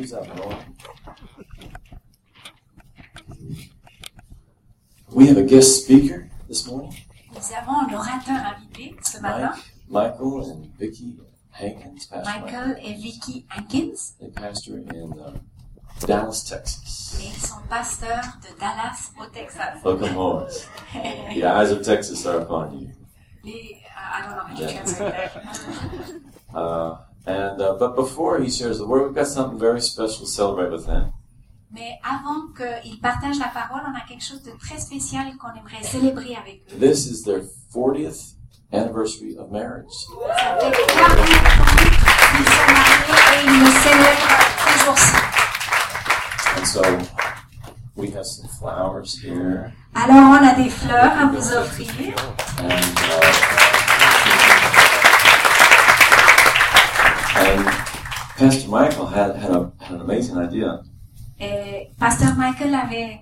Nous avons. We have a guest speaker this morning. Nous avons un orateur invité ce matin, Mike, Michael and Vicky Hankins, Pastor Mike. Michael et Vicky Hankins. They pastor in uh, Dallas, Texas. Et ils sont pasteurs de Dallas au Texas. Welcome home. The eyes of Texas are upon you. Les, ah ah non, non, mais je translate that. Uh, and uh, but before he shares the word, we've got something very special to celebrate with him. Mais avant qu'ils partagent la parole, on a quelque chose de très spécial qu'on aimerait célébrer avec eux. This is their 40th anniversary of marriage. Ça fait 40 ans qu'ils sont mariés et ils le célèbrent ce jour-ci. And so we have some flowers here. Alors, on a des fleurs à vous offrir. And, uh, and Pastor Michael had, had, a, had an amazing idea. Et Pasteur Michael avait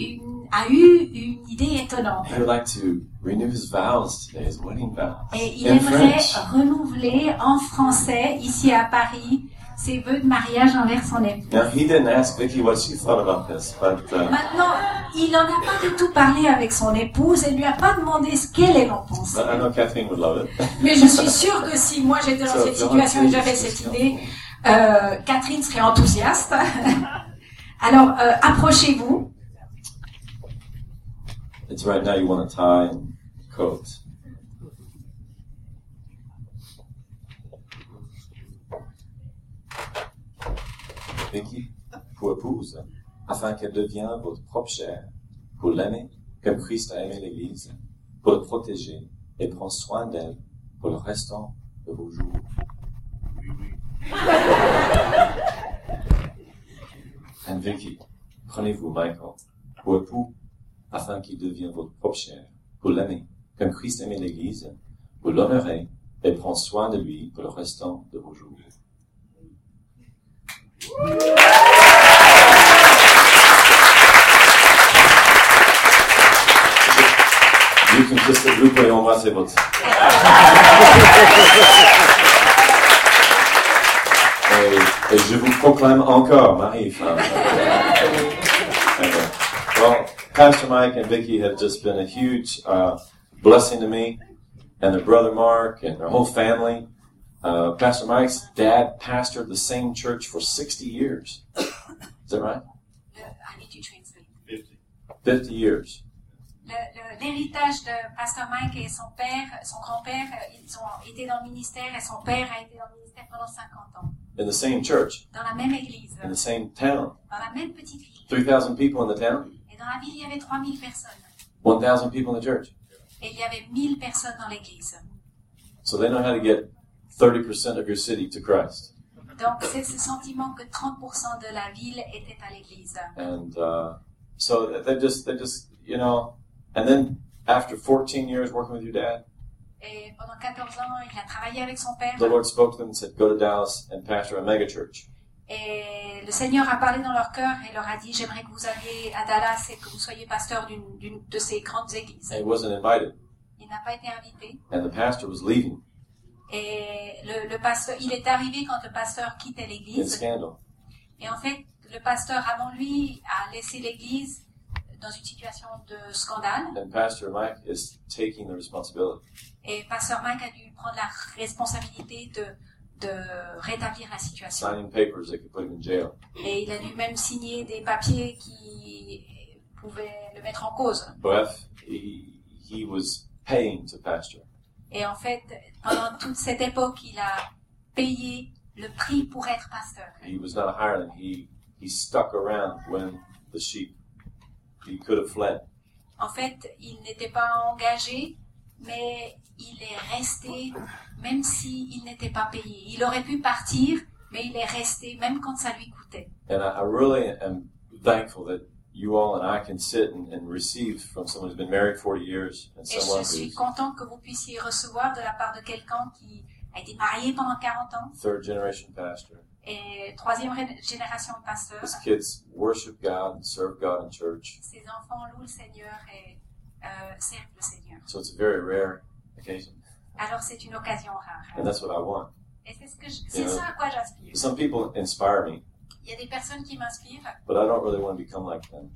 une, a eu une idée étonnante. He would like to renew his vows today, his wedding vows. Et il in aimerait French. renouveler en français, ici à Paris, ses vœux de mariage envers son époux. Now, he didn't ask Vicky what she thought about this, but uh, Maintenant, il n'en a pas du tout parlé avec son épouse et lui a pas demandé ce qu'elle en pensait. but I know Kathleen would love it. Mais je suis sûre que si moi j'étais dans So, cette if you situation et want to j'avais just cette come idée, euh, Catherine serait enthousiaste. Alors, euh, approchez-vous. forward. It's right now you want a tie and coat. Vicky, pour épouse, afin qu'elle devienne votre propre chair, pour l'aimer comme Christ a aimé l'Église, pour le protéger et prendre soin d'elle pour le restant de vos jours. And Vicky, prenez-vous Michael pour époux, afin qu'il devienne votre propre chair, pour l'aimer, comme Christ aimait l'Église, vous l'honorez et prendre soin de lui pour le restant de vos jours. You can just vous pouvez embrasser votre. Et, et je vous proclame encore, Marie-Femme. Amen. Well, Pastor Mike and Vicky have just been a huge uh, blessing to me, and their brother Mark and their whole family. Uh, Pastor Mike's dad pastored the same church for 60 years. Is that right? Euh, I need you to translate. 50 years. Le- le- L'héritage de Pasteur Mike et son père, son grand-père, euh, ils ont été dans le ministère et son père a été dans le ministère pendant 50 ans. In the same church, Dans la même église, in the same town. dans la même petite ville. 3,000 people in the town, Et dans la ville, il y avait 3000 personnes. 1,000 people in the church. Et il y avait 1000 personnes dans l'église. So they know how to get 30% of your city to Christ. Donc, c'est ce sentiment que 30% de la ville était à l'église. and uh, so they just they just you know and then after 14 years working with your dad Et pendant 14 ans, il a travaillé avec son père. the lord spoke to them and said go to dallas and pastor a megachurch Et le Seigneur a parlé dans leur cœur et leur a dit, j'aimerais que vous alliez à Dallas et que vous soyez pasteur d'une d'une- de ces grandes églises. and he wasn't invited Il n'a pas été invité. and the pastor was leaving Et le, le pasteur, il est arrivé quand le pasteur quittait in l'église. scandal Et en fait, le pasteur avant lui a laissé l'église dans une situation de scandale. and pastor mike is taking the responsibility Et pasteur Mike a dû prendre la responsabilité de, de rétablir la situation. signing papers that could put him in jail Et il a dû même signer des papiers qui pouvaient le mettre en cause. but he, he was paying to pastor Et en fait, pendant toute cette époque, il a payé le prix pour être pasteur. he was not a hireling he he stuck around when the sheep he could have fled En fait, il n'était pas engagé, mais il est resté, même s'il n'était pas payé. Il aurait pu partir, mais il est resté, même quand ça lui coûtait. And I, I really am thankful that you all and I can sit and, and receive from someone who's been married 40 years and Et someone je suis who's contente que vous puissiez recevoir de la part de quelqu'un qui a été marié pendant 40 ans third generation pastor. et troisième ré- génération de pasteur. His kids worship God and serve God in church. Ses enfants louent le Seigneur et euh, servent le Seigneur. So it's a very rare occasion. Alors c'est une occasion rare. And that's what I want. Et c'est ce que je- c'est Yeah. ce à quoi j'aspire. Some people inspire me. Il y a des personnes qui m'inspirent, but I don't really want to become like them.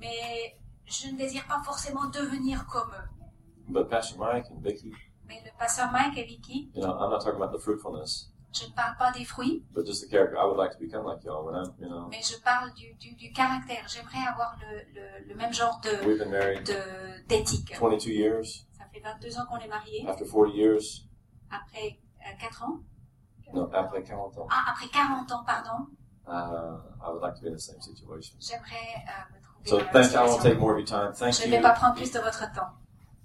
mais je ne désire pas forcément devenir comme eux. But Pastor Mike and Vicky, Mais le pasteur Mike et Vicky, you know, I'm not talking about the fruitfulness, je ne parle pas des fruits, but just the character. I would like to become like y'all when I'm, you know, mais je parle du, du, du caractère. J'aimerais avoir le, le, le même genre de we've been married de- d'éthique. 22 years. Ça fait 22 ans qu'on est mariés, After 40 years, après 4 ans. no, après 40 ans, Ah, après 40 ans, pardon. uh, I would like to be in the same situation. J'aimerais euh, me trouver So dans la thank you. I won't situation. take more of your time. Thank Je ne vais pas you. prendre plus de votre temps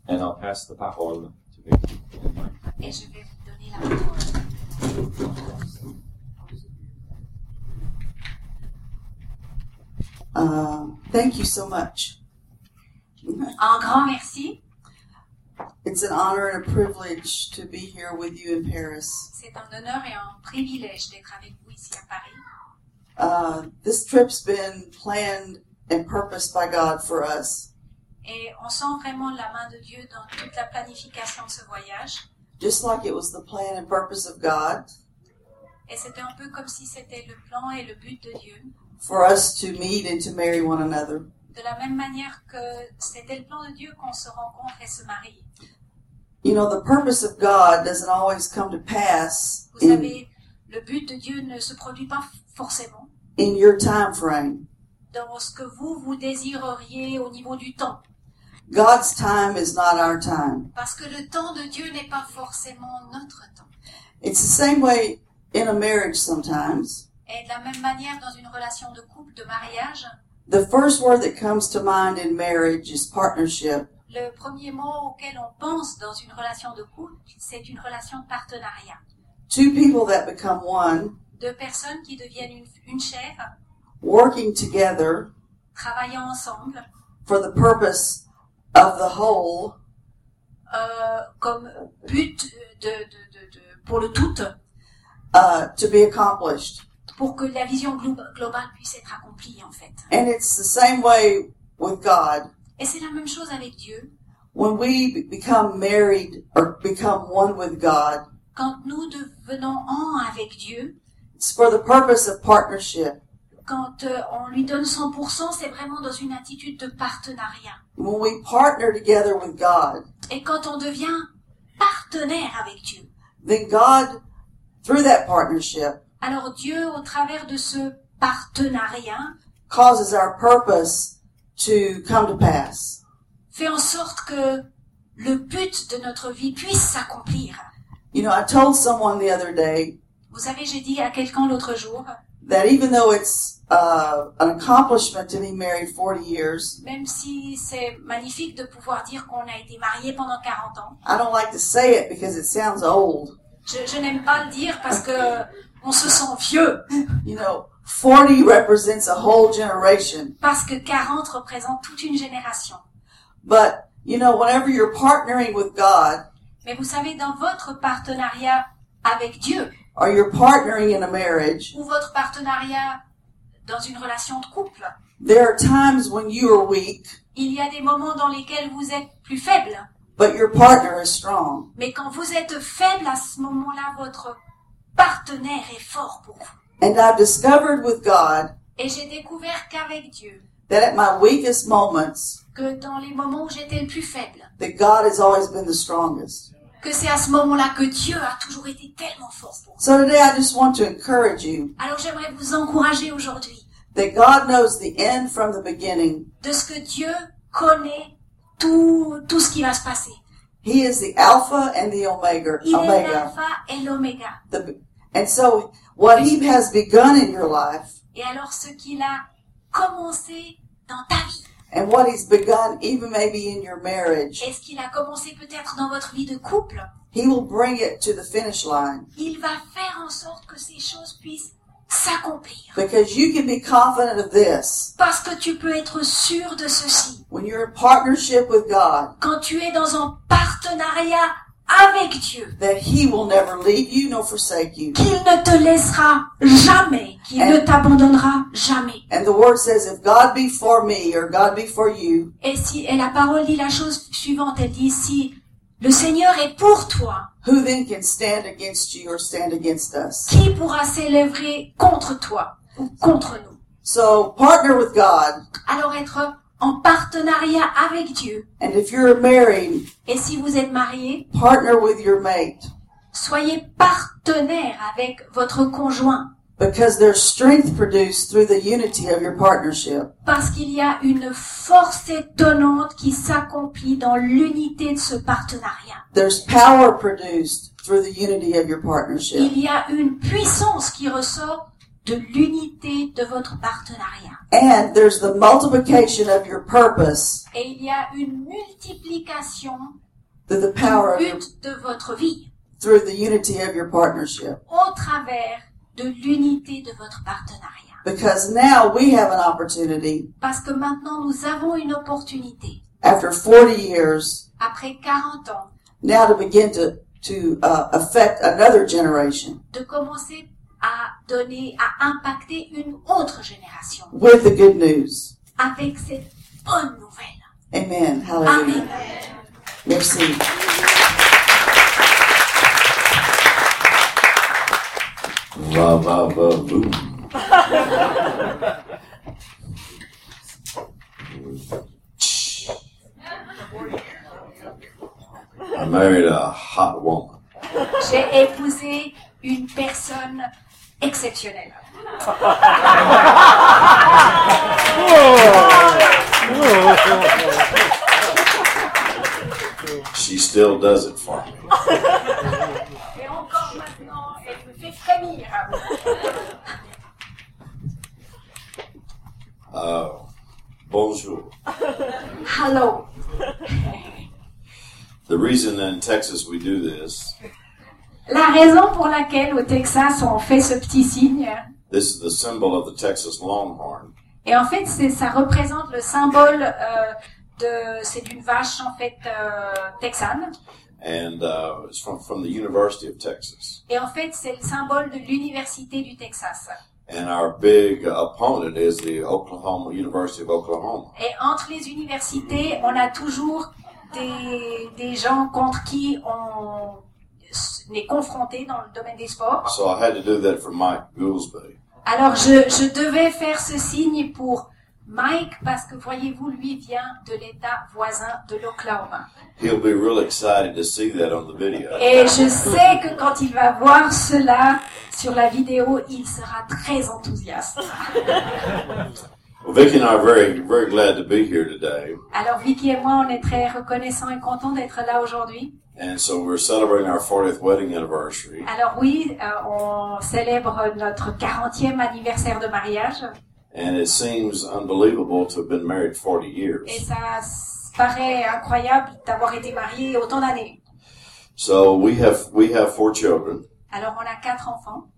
And I'll pass the parole to Vicky and Mike. et je vais vous donner la parole. Uh, thank you so much. Un grand merci. It's an honor and a privilege to be here with you in Paris. C'est un honneur et un privilège d'être avec vous ici à Paris. Uh, this trip's been planned and purposed by God for us. Et on sent vraiment la main de Dieu dans toute la planification de ce voyage. Just like it was the plan and purpose of God Et c'était un peu comme si c'était le plan et le but de Dieu. for us to meet and to marry one another. De la même manière que c'était le plan de Dieu qu'on se rencontre et se marie. You know, the purpose of God doesn't always come to pass Vous in, savez, le but de Dieu ne se produit pas forcément in your time frame. dans ce que vous, vous désireriez au niveau du temps. God's time is not our time. Parce que le temps de Dieu n'est pas forcément notre temps. It's the same way in a marriage sometimes. Et de la même manière, dans une relation de couple, de mariage, The first word that comes to mind in marriage is partnership. le premier mot auquel on pense dans une relation de couple, c'est une relation de partenariat. Two people that become one, Deux personnes qui deviennent une, une chair, working together travaillant ensemble, for the purpose of the whole, euh, comme but de, de- de- de- pour le tout, uh, to be accomplished. pour que la vision glo- globale puisse être accomplie, en fait. And it's the same way with God. Et c'est la même chose avec Dieu. When we be- become married or become one with God, Quand nous devenons un avec Dieu, it's for the purpose of partnership. quand euh, on lui donne 100%, c'est vraiment dans une attitude de partenariat. When we partner together with God, Et quand on devient partenaire avec Dieu, then God, through that partnership, alors Dieu, au travers de ce partenariat, causes our purpose to come to pass. fait en sorte que le but de notre vie puisse s'accomplir. You know, I told someone the other day Vous savez, j'ai dit à quelqu'un l'autre jour, that even though it's uh, an accomplishment to be married 40 years, même si c'est magnifique de pouvoir dire qu'on a été mariés pendant 40 ans, I don't like to say it because it sounds old. je, je n'aime pas le dire parce que on se sent vieux, You know, 40 represents a whole generation. parce que 40 représente toute une génération. But, you know, whenever you're partnering with God Mais vous savez, dans votre partenariat avec Dieu, or you're partnering in a marriage, ou votre partenariat dans une relation de couple, there are times when you are weak, il y a des moments dans lesquels vous êtes plus faible, but your partner is strong. mais quand vous êtes faible à ce moment-là, votre partenaire est fort pour vous. And I've discovered with God Et j'ai découvert qu'avec Dieu, that at my weakest moments, que dans les moments où j'étais le plus faible, that God has always been the strongest. que c'est à ce moment-là que Dieu a toujours été tellement fort pour vous. So today I just want to encourage you Alors j'aimerais vous encourager aujourd'hui that God knows the end from the beginning. de ce que Dieu connaît tout, tout ce qui va se passer. He is the Alpha and the Omega. Il est Omega. l'alpha et l'oméga. The, and so, what He has begun in your life, Et alors ce qu'il a commencé dans ta vie, and what He's begun even maybe in your marriage, et ce qu'il a commencé peut-être dans votre vie de couple, He will bring it to the finish line. il va faire en sorte que ces choses puissent s'accomplir. Because you can be confident of this. Parce que tu peux être sûr de ceci. When you're in partnership with God, Quand tu es dans un partenariat avec Dieu, that He will never leave you nor forsake you. qu'il ne te laissera jamais, qu'il ne t'abandonnera jamais. And the Word says, if God be for me or God be for you, Et si, et la parole dit la chose suivante, elle dit si le Seigneur est pour toi, who then can stand against you or stand against us? qui pourra s'élever contre toi? ou contre nous. So partner with God. Alors être en partenariat avec Dieu. And if you're married, Et si vous êtes marié, partner with your mate soyez partenaire avec votre conjoint because there's strength produced through the unity of your partnership. parce qu'il y a une force étonnante qui s'accomplit dans l'unité de ce partenariat. There's power produced through the unity of your partnership. Il y a une puissance qui ressort de l'unité de votre partenariat. And there's the multiplication of your purpose Et il y a une multiplication through the power of du your, but de votre vie through the unity of your partnership. au travers de l'unité de votre partenariat. Because now we have an opportunity Parce que maintenant nous avons une opportunité, after 40 years après 40 ans, now to begin to to uh, affect another generation de commencer à donner, à impacter une autre génération with the good news. avec cette bonne nouvelle. Amen. Hallelujah. Amen. Merci. Va, va, va, vous. I married a hot woman. J'ai épousé une personne exceptionnelle. She still does it for me. Et encore maintenant, elle me fait frémir. Uh, bonjour. Hello. The reason in Texas we do this, La raison pour laquelle au Texas on fait ce petit signe, this is the symbol of the Texas Longhorn. et en fait c'est, ça représente le symbole euh, de, c'est d'une vache en fait euh, texane, And uh, it's from, from the University of Texas. et en fait c'est le symbole de l'université du Texas. And our big opponent is the Oklahoma University of Oklahoma. Et entre les universités, on a toujours des, des gens contre qui on est confronté dans le domaine des sports. So I had to do that for Mike Goolsby. Alors je, je devais faire ce signe pour Mike parce que voyez-vous, lui vient de l'État voisin de l'Oklahoma. He'll be real excited to see that on the video. Et je sais que quand il va voir cela sur la vidéo, il sera très enthousiaste. Well, Vicki and I are very, very glad to be here today. Alors Vicky et moi, on est très reconnaissants et contents d'être là aujourd'hui. And so we're celebrating our 40th wedding anniversary. Alors oui, euh, on célèbre notre 40e anniversaire de mariage And it seems unbelievable to have been married 40 et years. ça s- paraît incroyable d'avoir été marié autant d'années. So we have, we have four children Alors on a quatre enfants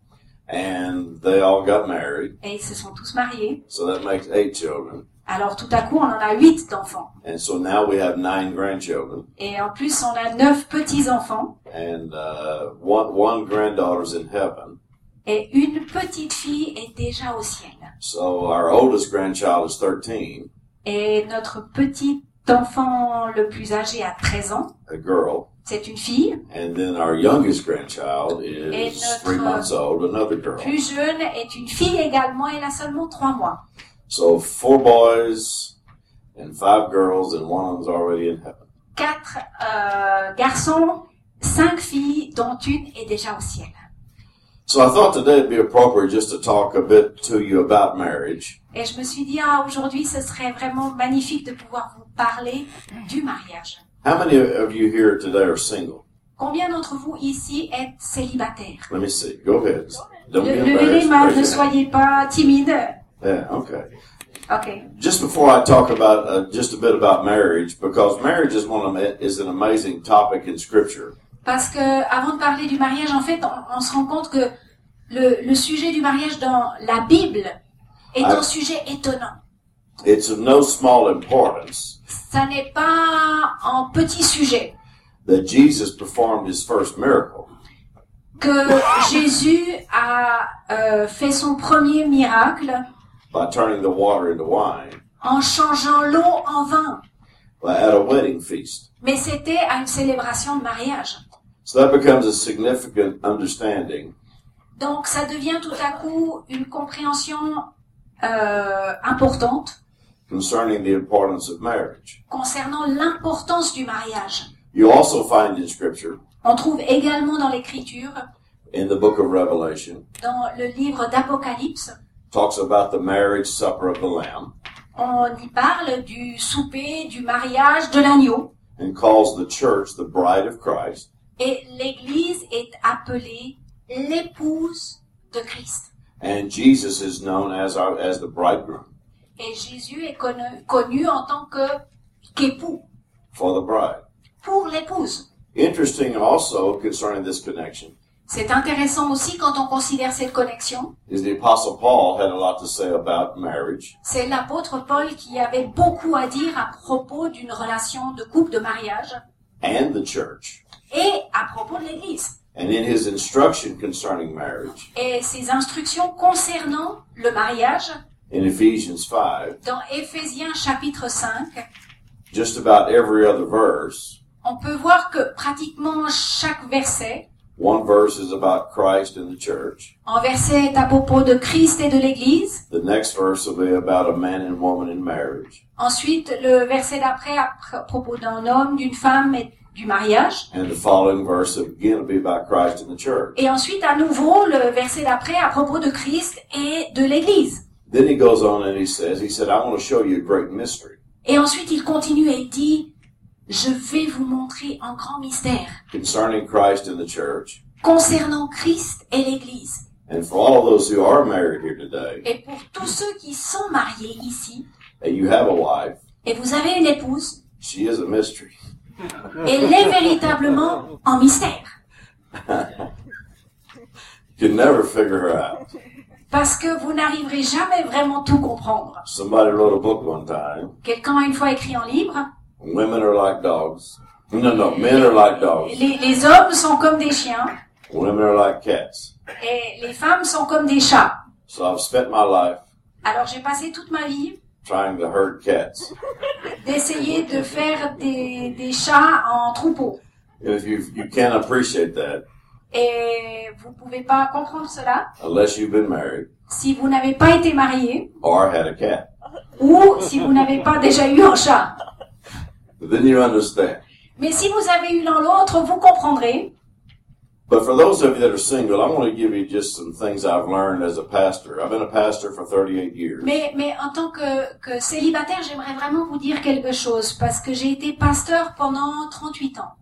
and they all got married. et ils se sont tous mariés. So that makes eight children. Alors tout à coup, on en a huit d'enfants. And so now we have nine grandchildren. Et en plus, on a neuf petits-enfants And uh, one, one granddaughter's in heaven. et une petite fille est déjà au ciel. So our oldest grandchild is 13, Et notre petit enfant le plus âgé a 13 ans. a girl. C'est une fille. And then our youngest grandchild Et is notre- three months old, another girl. Plus jeune est une fille également. Elle a seulement trois mois. So four boys and five girls, and one of them's already in heaven. quatre euh, garçons, cinq filles, dont une est déjà au ciel. So I thought today it'd be appropriate just to talk a bit to you about marriage Et je me suis dit, ah, aujourd'hui, ce serait vraiment magnifique de pouvoir vous parler du mariage. How many of you here today are single? Combien d'entre vous ici êtes célibataires Let me see. Go ahead. Don't Le- be Levez les mains, ne embarrassed. soyez pas timide. Yeah, okay. Ok. Just before I talk about uh, just a bit about marriage, because marriage is one of them, is an amazing topic in Scripture. Parce que, avant de parler du mariage, en fait, on, on se rend compte que le, le sujet du mariage dans la Bible est Ah. un sujet étonnant. It's of no small importance Ça n'est pas un petit sujet. that Jesus performed his first miracle. que Jésus a euh, fait son premier miracle by turning the water into wine en changeant l'eau en vin. at a wedding feast. Mais c'était à une célébration de mariage. So that becomes a significant understanding Donc ça devient tout à coup une compréhension euh, importante concerning the importance of marriage. concernant l'importance du mariage. You also find in Scripture, On trouve également dans l'Écriture, in the book of Revelation, dans le livre d'Apocalypse, talks about the marriage supper of the Lamb on y parle du souper, du mariage, de l'agneau. and calls the church the bride of Christ. Et l'Église est appelée l'épouse de Christ. And Jesus is known as our, as the bridegroom Et Jésus est connu, connu en tant que qu'époux, for the bride. pour l'épouse. Interesting also concerning this connection C'est intéressant aussi quand on considère cette connexion. is the apostle Paul had a lot to say about marriage. C'est l'apôtre Paul qui avait beaucoup à dire à propos d'une relation de couple, de mariage, and the church. et à propos de l'Église. And in his instruction concerning marriage, Et ses instructions concernant le mariage, in Ephesians 5, dans Éphésiens chapitre 5, just about every other verse, on peut voir que pratiquement chaque verset, one verse is about Christ and the church. en verset est à propos de Christ et de l'Église, The next verse will be about a man and woman in marriage. ensuite le verset d'après à pr- à propos d'un homme, d'une femme et du mariage, And the following verse again will be about Christ and the church. et ensuite à nouveau le verset d'après à propos de Christ et de l'Église. Then he goes on and he says, he said, I want to show you a great mystery Et ensuite il continue et il dit, je vais vous montrer un grand mystère concerning Christ and the church. concernant Christ et l'Église. And for all those who are married here today, Et pour tous ceux qui sont mariés ici, and you have a wife, et vous avez une épouse, she is a mystery. elle est véritablement en mystère. You can never figure her out. Parce que vous n'arriverez jamais vraiment tout comprendre. Somebody wrote a book one time Quelqu'un a une fois écrit en livre, Women are like dogs. No, no, men are like dogs. les, les hommes sont comme des chiens Women are like cats. et les femmes sont comme des chats. So I've spent my life Alors j'ai passé toute ma vie trying to herd cats. d'essayer de faire des, des chats en troupeau. If you you can't appreciate that Et vous pouvez pas comprendre cela unless you've been married si vous n'avez pas été marié or had a cat. ou si vous n'avez pas déjà eu un chat. But then you understand. Mais si vous avez eu l'un l'autre, vous comprendrez. But for those of you that are single, I want to give you just some things I've learned as a pastor. I've been a pastor for 38 years. Mais, mais en tant que, que célibataire, j'aimerais vraiment vous dire quelque chose parce que j'ai été pasteur pendant 38 ans.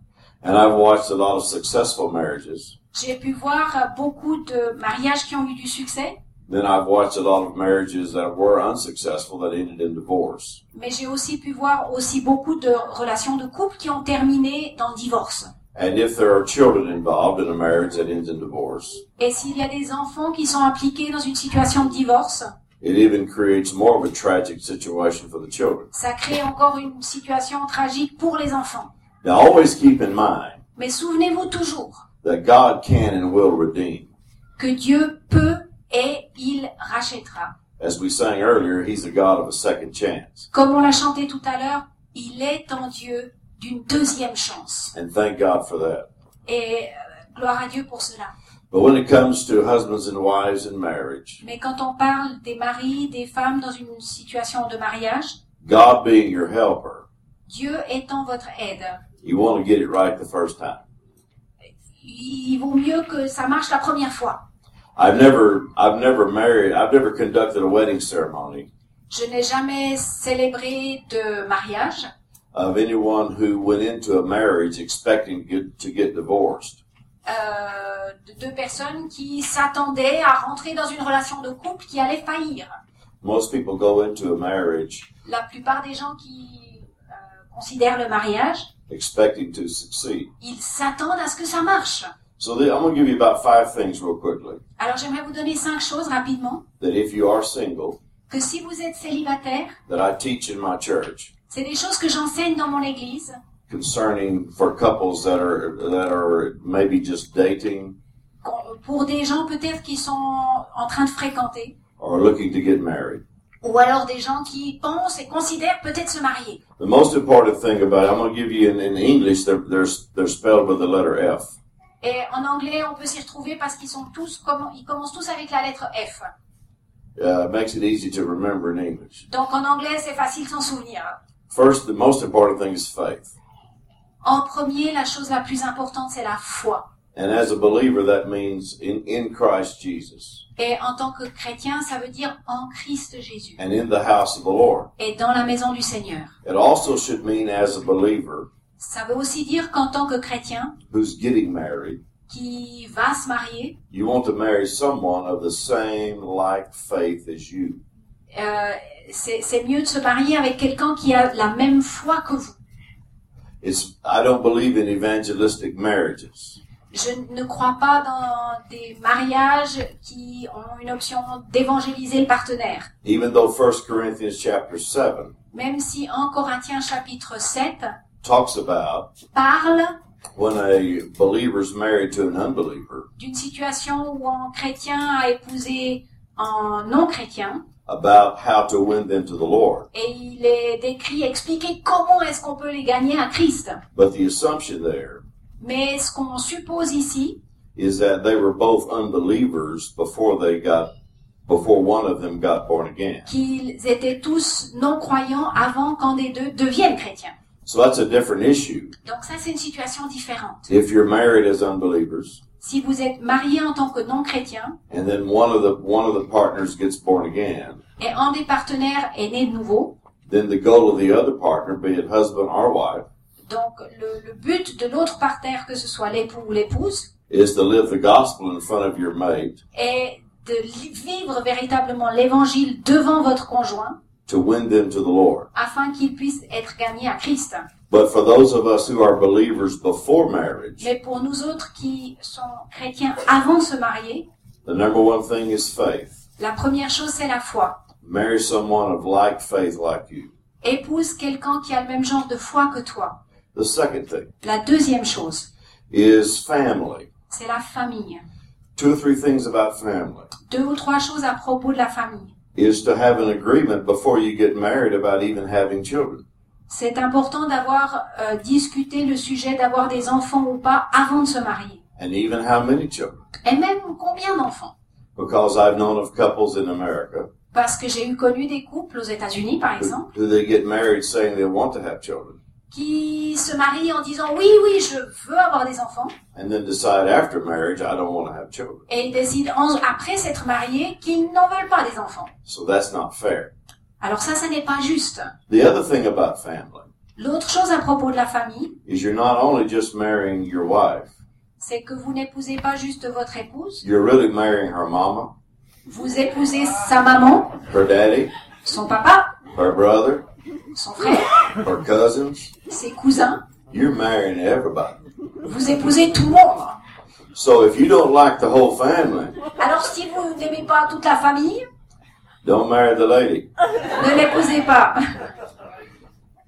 And I've watched a lot of successful marriages. J'ai pu voir beaucoup de mariages qui ont eu du succès, Then I've watched a lot of marriages that were unsuccessful that ended in divorce. mais j'ai aussi pu voir aussi beaucoup de relations de couple qui ont terminé dans le divorce. And if there are children involved in a marriage that ends in divorce, Et s'il y a des enfants qui sont impliqués dans une situation de divorce, it even creates more of a tragic situation for the children. ça crée encore une situation tragique pour les enfants. Now, always keep in mind Mais souvenez-vous toujours that God can and will redeem. que Dieu peut et il rachètera. As we sang earlier, He's a God of a second chance. Comme on l'a chanté tout à l'heure, il est en Dieu d'une deuxième chance. And thank God for that. Et euh, gloire à Dieu pour cela. But when it comes to husbands and wives in marriage, Mais quand on parle des maris, des femmes dans une situation de mariage, God being your helper, Dieu étant votre aide, you want to get it right the first time. il vaut mieux que ça marche la première fois. I've never, I've never married, I've never conducted a wedding ceremony Je n'ai jamais célébré de mariage of anyone who went into a marriage expecting to get, to get divorced. euh, de deux personnes qui s'attendaient à rentrer dans une relation de couple qui allait faillir. Most people go into a marriage La plupart des gens qui euh, considèrent le mariage, expecting to succeed. ils s'attendent à ce que ça marche. So the, I'm going to give you about five things real quickly Alors j'aimerais vous donner cinq choses rapidement that if you are single, que si vous êtes célibataire, that I teach in my church c'est des choses que j'enseigne dans mon église concerning for couples that are that are maybe just dating qu'on- pour des gens peut-être qui sont en train de fréquenter or looking to get married. ou alors des gens qui pensent et considèrent peut-être se marier. The most important thing about it, I'm going to give you in, in English, they're, they're, they're spelled with the letter F. Et en anglais, on peut s'y retrouver parce qu'ils sont tous, comment- ils commencent tous avec la lettre F. Uh, makes it easy to remember in English. Donc en anglais, c'est facile de s'en souvenir. hein. First, the most important thing is faith. En premier, la chose la plus importante, c'est la foi. And as a believer, that means in, in Christ Jesus Et en tant que chrétien, ça veut dire en Christ Jésus and in the house of the Lord. et dans la maison du Seigneur. It also should mean as a believer Ça veut aussi dire qu'en tant que chrétien who's getting married, qui va se marier, you want to marry someone of the same like faith as you. euh, c'est c'est mieux de se marier avec quelqu'un qui a la même foi que vous. It's I don't believe in evangelistic marriages. Je ne crois pas dans des mariages qui ont une option d'évangéliser le partenaire. Even though 1 Corinthians chapter 7 Même si en Corinthiens chapitre 7 talks about parle when a believer's married to an unbeliever, d'une situation où un chrétien a épousé un non-chrétien about how to win them to the Lord. et il est décrit, expliqué comment est-ce qu'on peut les gagner à Christ. But the assumption there Mais ce qu'on suppose ici, is that they were both unbelievers before they got before one of them got born again. qu'ils étaient tous non-croyants avant qu'un des deux devienne chrétien. So that's a different issue. Donc ça, c'est une situation différente. If you're married as unbelievers Si vous êtes marié en tant que non-chrétien and then one of the one of the partners gets born again, et un des partenaires est né de nouveau, then the goal of the other partner, be it husband or wife, donc le, le but de l'autre partenaire, que ce soit l'époux ou l'épouse, is to live the gospel in front of your mate est de li- vivre véritablement l'évangile devant votre conjoint to win them to the Lord. afin qu'il puisse être gagné à Christ. But for those of us who are believers before marriage, Mais pour nous autres qui sont chrétiens avant de se marier, the number one thing is faith. la première chose, c'est la foi. Marry someone of like faith like you. Épouse quelqu'un qui a le même genre de foi que toi. The second thing La deuxième chose, is family. c'est la famille. Two or three things about family Deux ou trois choses à propos de la famille. is to have an agreement before you get married about even having children. C'est important d'avoir euh, discuté le sujet d'avoir des enfants ou pas avant de se marier. And even how many children. Et même combien d'enfants Because I've known of couples in America Parce que j'ai eu connu des couples aux États-Unis, par who, exemple, who they get married saying they want to have children qui se marient en disant oui, oui, je veux avoir des enfants. and then decide after marriage I don't want to have children. Et ils décident en- après s'être mariés qu'ils n'en veulent pas des enfants. So that's not fair. Alors ça, ça n'est pas juste. The other thing about family L'autre chose à propos de la famille, is you're not only just marrying your wife, c'est que vous n'épousez pas juste votre épouse, you're really marrying her mama, vous épousez sa maman, her daddy, son papa, her brother, son frère, her cousins. ses cousins, You're marrying everybody. vous épousez tout le monde. So if you don't like the whole family, Alors si vous n'aimez pas toute la famille, don't marry the lady. ne l'épousez pas.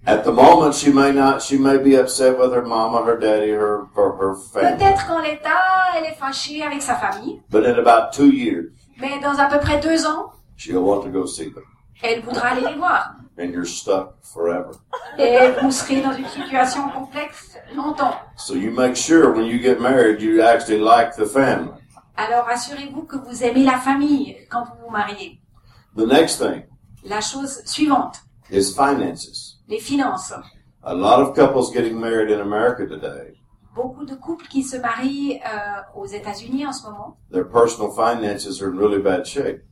At the moment, she may not. She may be upset with her mama, her daddy, her her, her family. Peut-être qu'en l'état, elle est fâchée avec sa famille, But in about two years, mais dans à peu près deux ans, she'll want to go see them, elle voudra aller les voir. and you're stuck forever. Et vous serez dans une situation complexe longtemps. So you make sure when you get married, you actually like the family. Alors assurez-vous que vous aimez la famille quand vous vous mariez. The next thing La chose suivante, is finances. les finances. A lot of couples getting married in America today, Beaucoup de couples qui se marient euh, aux États-Unis en ce moment their personal finances are in really bad shape.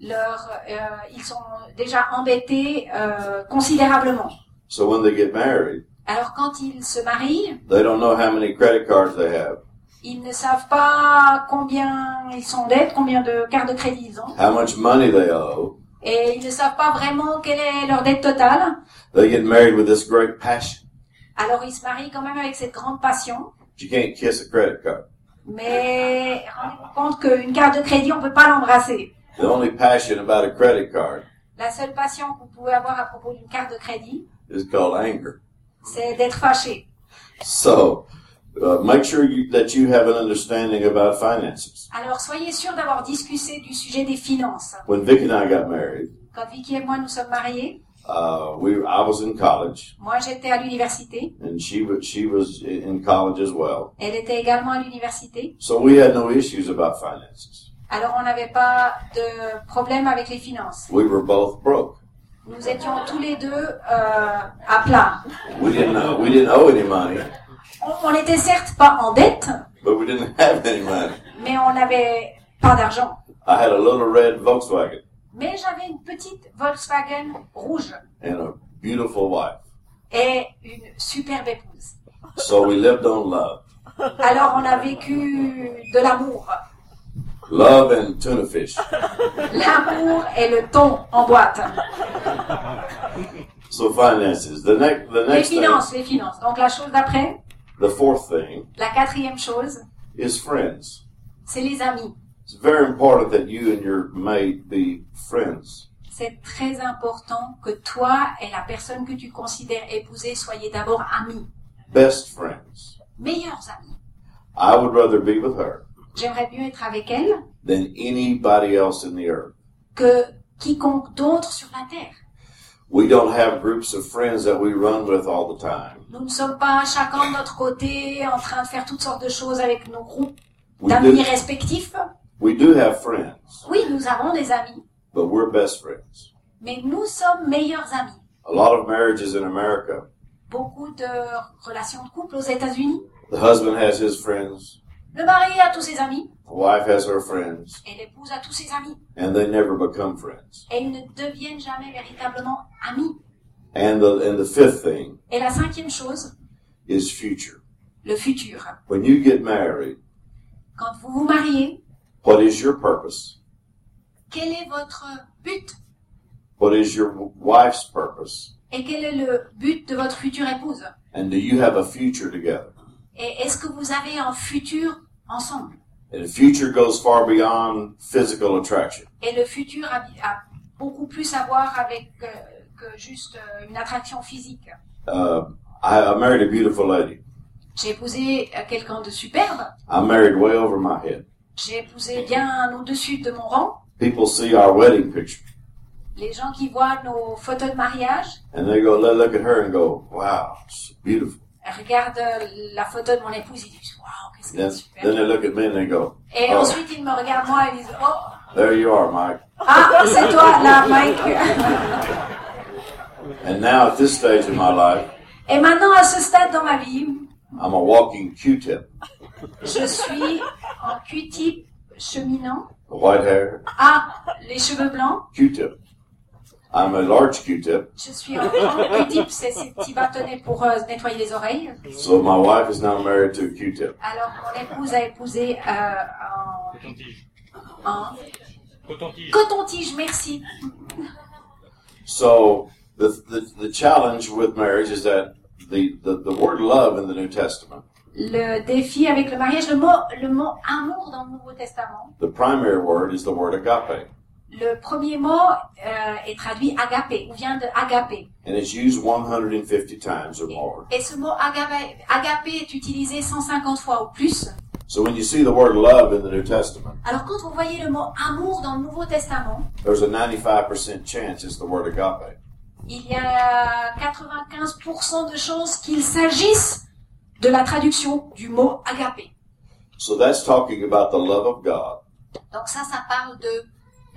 leur, euh, ils sont déjà endettés euh, considérablement. So when they get married, Alors quand ils se marient, they don't know how many credit cards they have, ils ne savent pas combien ils sont en dette, combien de cartes de crédit ils ont, how much money they owe. et ils ne savent pas vraiment quelle est leur dette totale. They get married with this great passion. Alors ils se marient quand même avec cette grande passion, But You can't kiss a credit card. mais rendez-vous compte qu'une carte de crédit, on ne peut pas l'embrasser. The only passion about a credit card La seule passion que vous pouvez avoir à propos d'une carte de crédit, is called anger. c'est d'être fâché. So uh, make sure you, that you have an understanding about finances. Alors soyez sûr d'avoir discuté du sujet des finances. When Vic and I got married, Quand Vicky et moi nous sommes mariés, uh, we I was in college, Moi, j'étais à l'université. and she was she was i- in college as well. Elle était également à l'université. So we had no issues about finances. Alors, on n'avait pas de problème avec les finances. We were both broke. Nous étions tous les deux euh, à plat. We didn't know, we didn't owe any money, On n'était certes pas en dette, but we didn't have any money. mais on n'avait pas d'argent. I had a little red Volkswagen Mais j'avais une petite Volkswagen rouge and a beautiful wife. et une superbe épouse. So we lived on love, Alors, on a vécu de l'amour. love and tuna fish. L'amour et le thon en boîte. So finances. The next the Les next thing, finances, les finances. Donc, la chose d'après, the fourth thing la quatrième chose, is friends. c'est les amis. It's very important that you and your mate be friends. C'est très important que toi et la personne que tu considères épousée soyez d'abord amis, Best friends. meilleurs amis. I would rather be with her J'aimerais mieux être avec elle than anybody else in the earth. que quiconque d'autre sur la terre. We don't have groups of friends that we run with all the time. Nous ne sommes pas chacun de notre côté en train de faire toutes sortes de choses avec nos groupes We d'amis do, respectifs. we do have friends, Oui, nous avons des amis, but we're best friends. mais nous sommes meilleurs amis. A lot of marriages in America, Beaucoup de relations de couple aux États-Unis. the husband has his friends, Le mari a tous ses amis the wife has her friends, et l'épouse a tous ses amis. and they never become friends. Et ils ne deviennent jamais véritablement amis. And the and the fifth thing Et la cinquième chose, is future. le futur. When you get married, Quand vous vous mariez, what is your purpose? quel est votre but What is your wife's purpose? et quel est le but de votre future épouse And do you have a future together? Et est-ce que vous avez un futur ensemble And the future goes far beyond physical attraction. Et le futur a, a beaucoup plus à voir avec euh, que juste euh, une attraction physique. Uh, I, I married a beautiful lady. J'ai épousé euh, quelqu'un de superbe, I married way over my head. j'ai épousé bien au-dessus de mon rang. People see our wedding picture Les gens qui voient nos photos de mariage and they go, "Look- look at her and go, wow, she's beautiful. regardent euh, la photo de mon épouse et disent Waouh, qu'est-ce qu'elle est Then, then superbe they look at me and they go, Et Oh. ensuite ils me regardent moi et disent Oh, there you are, Mike. ah, c'est toi là, Mike And now at this stage in my life, Et maintenant, à ce stade dans ma vie, I'm a walking Q-tip. je suis en Q-type cheminant. The white hair, Ah, les cheveux blancs. Q-tip. I'm a large Q-tip, Je suis en en Q-type, c'est ces petits bâtonnets pour euh, se nettoyer les oreilles. so my wife is now married to a Q-tip. Alors, mon épouse a épousé euh, en, Coton-tige. en Coton-tige. coton-tige, merci. So the, the, the challenge with marriage is that the, the, the word love in the New Testament, Le défi avec le mariage, le mot, le mot amour dans le Nouveau Testament, the primary word is the word agape. le premier mot euh, est traduit agapé, ou vient de agapé. And it's used 150 times or more. Et ce mot agapé, agapé est utilisé 150 fois ou plus. So when you see the word love in the New Testament, Alors quand vous voyez le mot amour dans le Nouveau Testament, there's a 95% chance it's the word agape. il y a 95% de chances qu'il s'agisse de la traduction du mot agapé. So that's talking about the love of God, Donc ça, ça parle de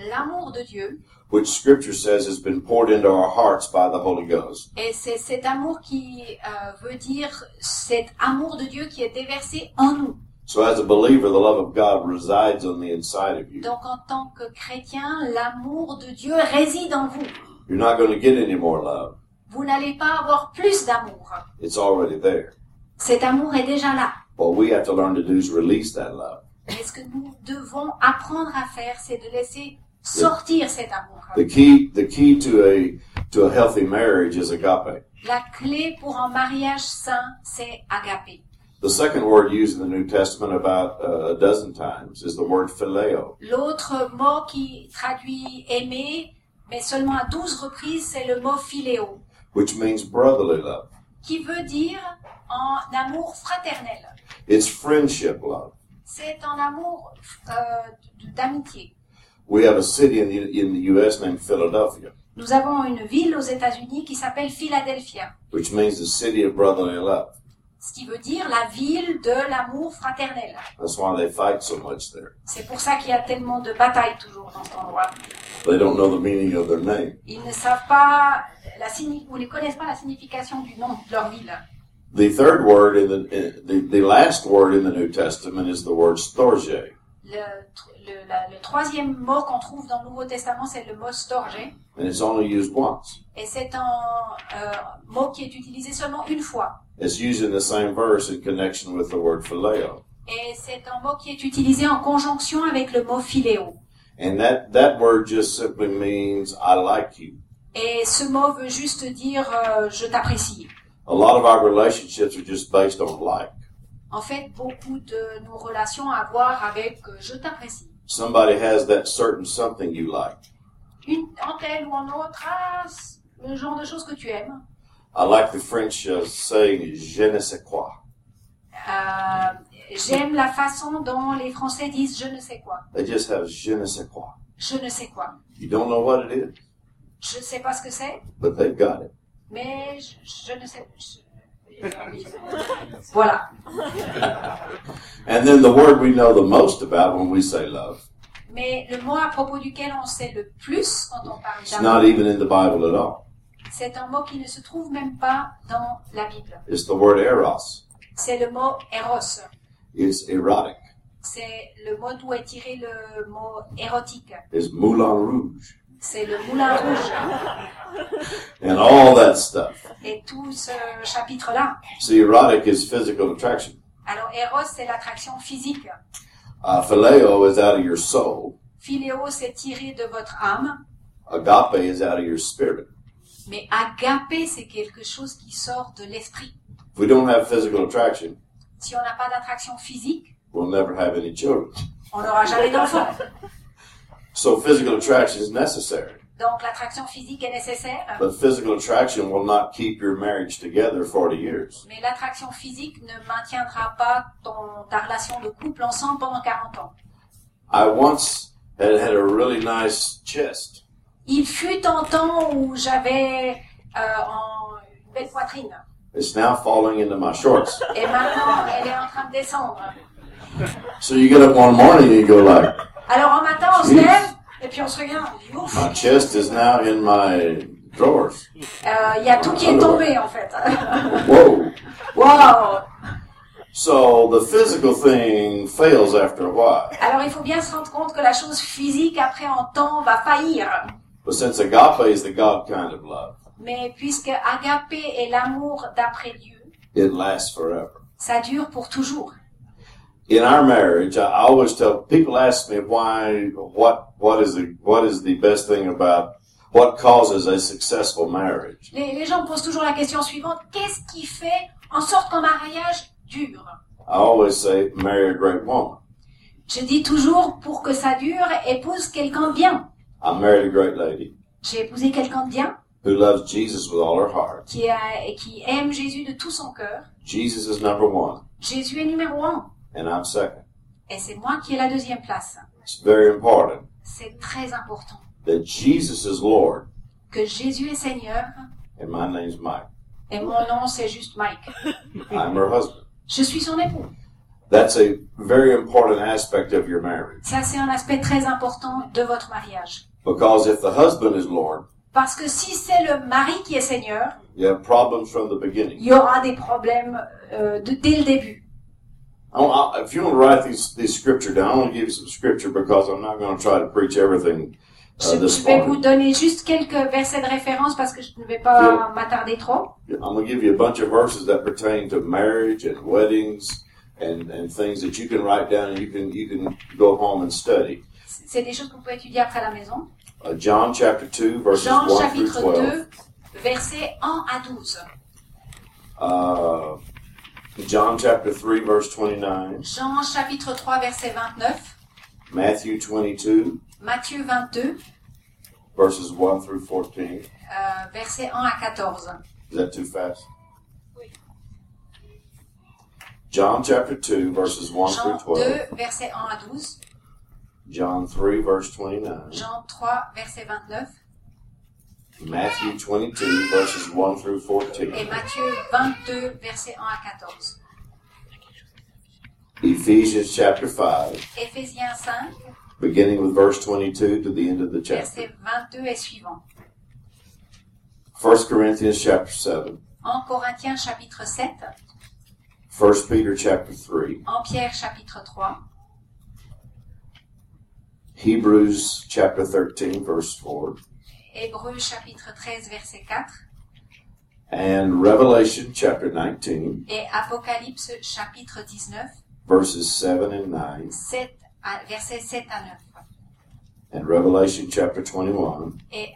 l'amour de Dieu. which Scripture says has been poured into our hearts by the Holy Ghost. Et c'est cet amour qui euh, veut dire cet amour de Dieu qui est déversé en nous. So as a believer, the love of God resides on the inside of you. Donc en tant que chrétien, l'amour de Dieu réside en vous. You're not going to get any more love. Vous n'allez pas avoir plus d'amour. It's already there. Cet amour est déjà là. What we have to learn to do is release that love. Mais ce que nous devons apprendre à faire, c'est de laisser sortir cet amour. The key, the key to a to a healthy marriage is agape. La clé pour un mariage sain, c'est agapé. The second word used in the New Testament about uh, a dozen times is the word phileo. L'autre mot qui traduit aimer, mais seulement à 12 reprises, c'est le mot philéo, which means brotherly love. qui veut dire en amour fraternel. It's friendship love. C'est un amour euh, d- d'amitié. We have a city in the, in the U.S. named Philadelphia. Nous avons une ville aux États-Unis qui s'appelle Philadelphia, which means the city of brotherly love. ce qui veut dire la ville de l'amour fraternel. That's why they fight so much there. C'est pour ça qu'il y a tellement de batailles toujours dans cet endroit. They don't know the meaning of their name. Ils ne savent pas la signi- ou ne connaissent pas la signification du nom de leur ville. The third word in the, in, the the last word in the New Testament is the word storge. Le, tr- le- la- le troisième mot qu'on trouve dans le Nouveau Testament, c'est le mot storgé. and it's only used once. Et c'est un euh, mot qui est utilisé seulement une fois. It's used in the same verse in connection with the word phileo. Et c'est un mot qui est utilisé en conjonction avec le mot philéo. And that, that word just simply means I like you. Et ce mot veut juste dire euh, je t'apprécie. A lot of our relationships are just based on like. En fait, beaucoup de nos relations à voir avec euh, je t'apprécie. Somebody has that certain something you like. Une en telle ou en autre, ah, c'est le genre de choses que tu aimes. I like the French uh, saying je ne sais quoi. Euh, J'aime la façon dont les Français disent je ne sais quoi. They just have je ne sais quoi. Je ne sais quoi. You don't know what it is, Je ne sais pas ce que c'est, but they've got it. mais je, je ne sais. je- Voilà. And then the word we know the most about when we say love, Mais le mot à propos duquel on sait le plus quand on parle it's not d'amour, even in the Bible at all. c'est un mot qui ne se trouve même pas dans la Bible. It's the word eros. C'est le mot eros. It's erotic. C'est le mot d'où est tiré le mot érotique. It's Moulin Rouge. C'est le moulin rouge And all that stuff. et tout ce chapitre-là. See, erotic is physical attraction. Alors, Eros, c'est l'attraction physique. Uh, phileo is out of your soul. Philéo, c'est tiré de votre âme. Agape is out of your spirit. Mais agapé, c'est quelque chose qui sort de l'esprit. If we don't have physical attraction, Si on n'a pas d'attraction physique, we'll never have any children. on n'aura jamais d'enfant. So physical attraction is necessary. Donc, l'attraction physique est nécessaire. But physical attraction will not keep your marriage together 40 years. Mais l'attraction physique ne maintiendra pas ton, ta relation de couple ensemble pendant 40 ans. I once had, had a really nice chest. Il fut un temps où j'avais euh, en- une belle poitrine. It's now falling into my shorts. Et maintenant, elle est en train de descendre. So you get up one morning and you go like, Alors, en matin, on se lève et puis on se regarde. On dit, ouf, my chest is now in my drawers. euh, il y a tout qui est tombé, en fait. Whoa. wow So the physical thing fails after a while. Alors, il faut bien se rendre compte que la chose physique, après un temps, va faillir. But since agape is the God kind of love, Mais puisque agapé est l'amour d'après Dieu, it lasts forever. ça dure pour toujours. In our marriage, I always tell people ask me why what what is the what is the best thing about what causes a successful marriage? Les, les gens posent toujours la question suivante. Qu'est-ce qui fait en sorte qu'un mariage dure I always say marry a great woman. Je dis toujours, pour que ça dure, épouse quelqu'un de bien. I married a great lady J'ai épousé quelqu'un de bien who loves Jesus with all her heart. qui, a- et qui aime Jésus de tout son cœur. Jesus is number one Jésus est numéro un. and I'm second. Et c'est moi qui ai la deuxième place. It's very important C'est très important that Jesus is Lord que Jésus est Seigneur. and my name's Mike. Et mon nom, c'est juste Mike. I'm her husband. Je suis son époux. That's a very important aspect of your marriage Ça, c'est un aspect très important de votre mariage. because if the husband is Lord, Parce que si c'est le mari qui est Seigneur, You have problems from the il beginning. y aura des problèmes euh, de- dès le début. I, I, if you want to write these, these scripture down, I'm going to give you some scripture because I'm not going to try to preach everything Je, uh, this je vais vous morning. donner juste quelques versets de référence parce que je ne vais pas m'attarder trop. I'm going to give you a bunch of verses that pertain to marriage and weddings and, and things that you can write down and you can you can go home and study. C'est des choses que vous pouvez étudier après à la maison. Uh, John chapter two verses Jean one through chapitre twelve. 2, versets 1 à 12. Uh, John chapter three verse twenty nine. Jean chapitre 3, verset 29. Matthew twenty two Matthieu 22, verses one through fourteen. euh, versets 1 à 14. Is that too fast? John chapter 2, verses 1 Jean through 12. 2, versets 1 à 12. John 3, verse 29. Jean 3, verset 29. Matthew 22, verses 1 through 14. et Matthieu 22, versets 1 à 14. Ephesians chapter 5, Éphésiens 5, beginning with verse 22 to the end of the chapter. versets 22 et suivants. 1 Corinthians chapter 7, En Corinthiens chapitre 7, 1 Peter chapter 3, en Pierre chapitre 3, Hebrews chapter 13, verse 4, Hébreux chapitre 13, verset 4 and Revelation chapter 19, et Apocalypse chapitre 19, verses 7 and 9, 7 à- versets 7 à 9 and Revelation chapter 21, et